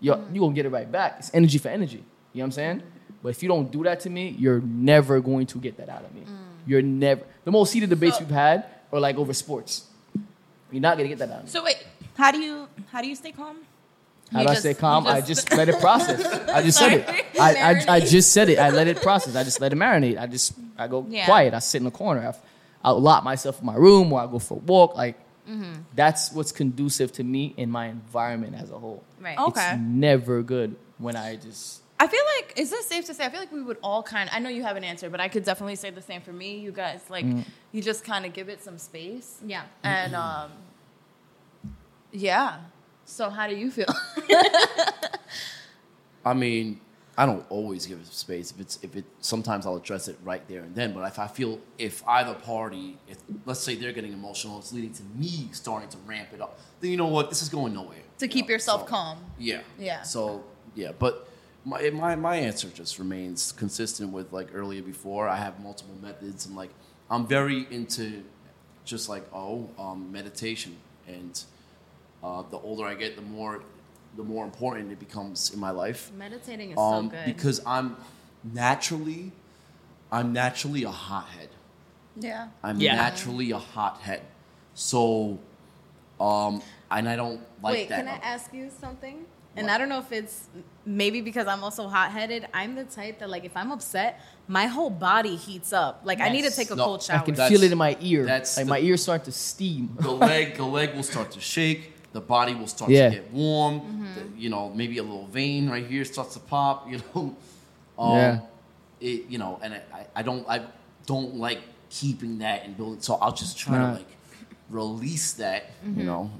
you're,
Mm-hmm.
you going to get it right back. It's energy for energy. You know what I'm saying? But if you don't do that to me, you're never going to get that out of me. You're never. The most heated debates
Mm. So-
we've had are like over sports. You're not going to get that out of me.
So wait, how do you how do you stay calm?
How
you
do I
just-
stay
you
calm? I
just-
just let it process. I just said it. I, I, I just said it. I let it process. I just let it marinate. I just I go
Yeah.
quiet. I sit in the corner. I, I lock myself in my room or I go for a walk. Like That's what's conducive to me in my environment as a whole.
Right.
Okay.
It's never good when I just
I feel like is this safe to say? I feel like we would all kind. I know you have an answer, but I could definitely say the same for me. You guys like
Mm.
you just kind of give it some space,
Yeah.
Mm-hmm.
and um, yeah. So how do you feel?
I mean, I don't always give it space. If it's if it sometimes I'll address it right there and then. But if I feel if either party, if let's say they're getting emotional, it's leading to me starting to ramp it up. Then you know what, this is going nowhere.
To
you
keep
know,
yourself
so-
calm.
Yeah.
Yeah.
So yeah, but my my my answer just remains consistent with like earlier before. I have multiple methods and like I'm very into just like oh um, meditation and uh, the older I get, the more the more important it becomes in my life
Meditating is
um,
so good.
because I'm naturally, I'm naturally a hothead.
yeah.
I'm
Yeah.
naturally a hothead. So, um, and I don't like
Wait,
that.
can I ask you something? And
What?
I don't know if it's maybe because I'm also hot headed. I'm the type that like if I'm upset, my whole body heats up. Like I need to
Yes.
take a
No,
cold
I
shower.
can
That's-
feel it in my ear.
that's
like
the-
my ears start to steam.
the leg, the leg will start to shake. The body will start
Yeah.
to get warm.
Mm-hmm.
the- you know, maybe a little vein right here starts to pop. You know, um,
Yeah.
it. You know, and I, I, I don't, I don't like keeping that and building. So I'll just try
Nah.
to like release that.
Mm-hmm.
You know,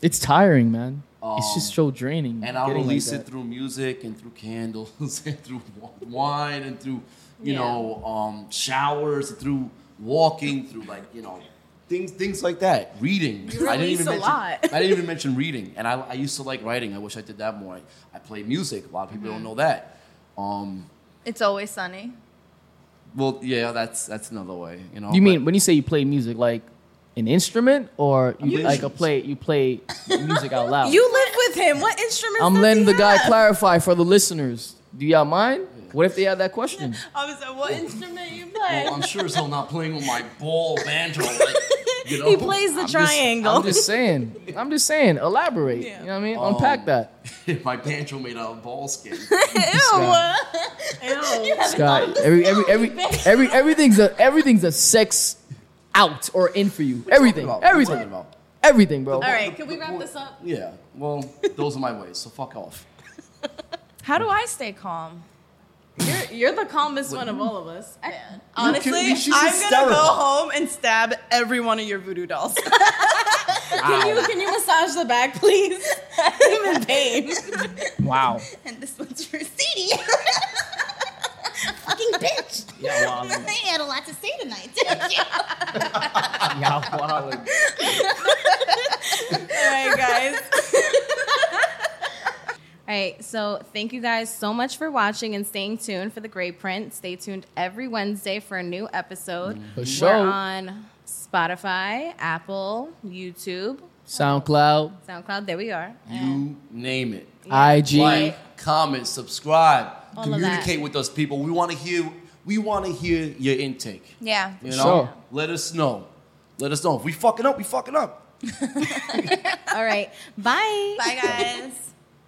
It's tiring, man. it's just
Um,
so draining.
and I'll
getting like
release it
that.
through music and through candles and through wa- wine and through you
Yeah.
know um, showers and through walking through like you know things things like that reading
You release a
mention
lot.
I didn't even mention reading and I, I used to like writing I wish I did that more I, I play music a lot of people
Mm-hmm.
don't know that um
It's always sunny.
well yeah that's that's another way you know
You
but-
mean when you say you play music, like an instrument, or you
play
like a
instruments.
play? You play music out loud.
you live with him. What instruments?
I'm
does
letting
he
the guy
have?
clarify for the listeners. Do y'all mind? What if they had that question?
I was like, what instrument you play?
well, I'm sure as hell not playing with my ball banjo like, you know
He plays the
I'm just-
triangle.
I'm just saying. I'm just saying. Elaborate.
Yeah.
You know what I mean?
Um,
Unpack that.
my banjo made out of ball skin
Scott.
Ew.
Scott, every, every, every, every, everything's a everything's a sex out or in for you. Everything,
What are you talking
everything,
about?
everything, bro.
All right, can we wrap this up?
Yeah. Well, those are my ways. So fuck off.
How do I stay calm?
You're, you're the calmest one of all of us. I-
Honestly,
You can- she's
I'm
hysterical.
gonna go home and stab every one of your voodoo dolls.
Can you can you massage the back, please? I'm in pain.
Wow.
and this one's for CD.
fucking bitch.
Yeah, wow.
I had a lot to say tonight, didn't you?
Yeah, wow.
All right, guys. All right, so thank you guys so much for watching and staying tuned for the Great Print. Stay tuned every Wednesday for a new episode.
For sure.
We're on Spotify, Apple, YouTube,
SoundCloud,
SoundCloud. There we are.
You name it.
IG.
Like, comment, subscribe,
All of that.
communicate with us, people. We want to hear. We want to hear your intake.
yeah.
You know.
Sure.
Let us know. Let us know if we fucking up. We fucking up.
All right, bye.
Bye guys.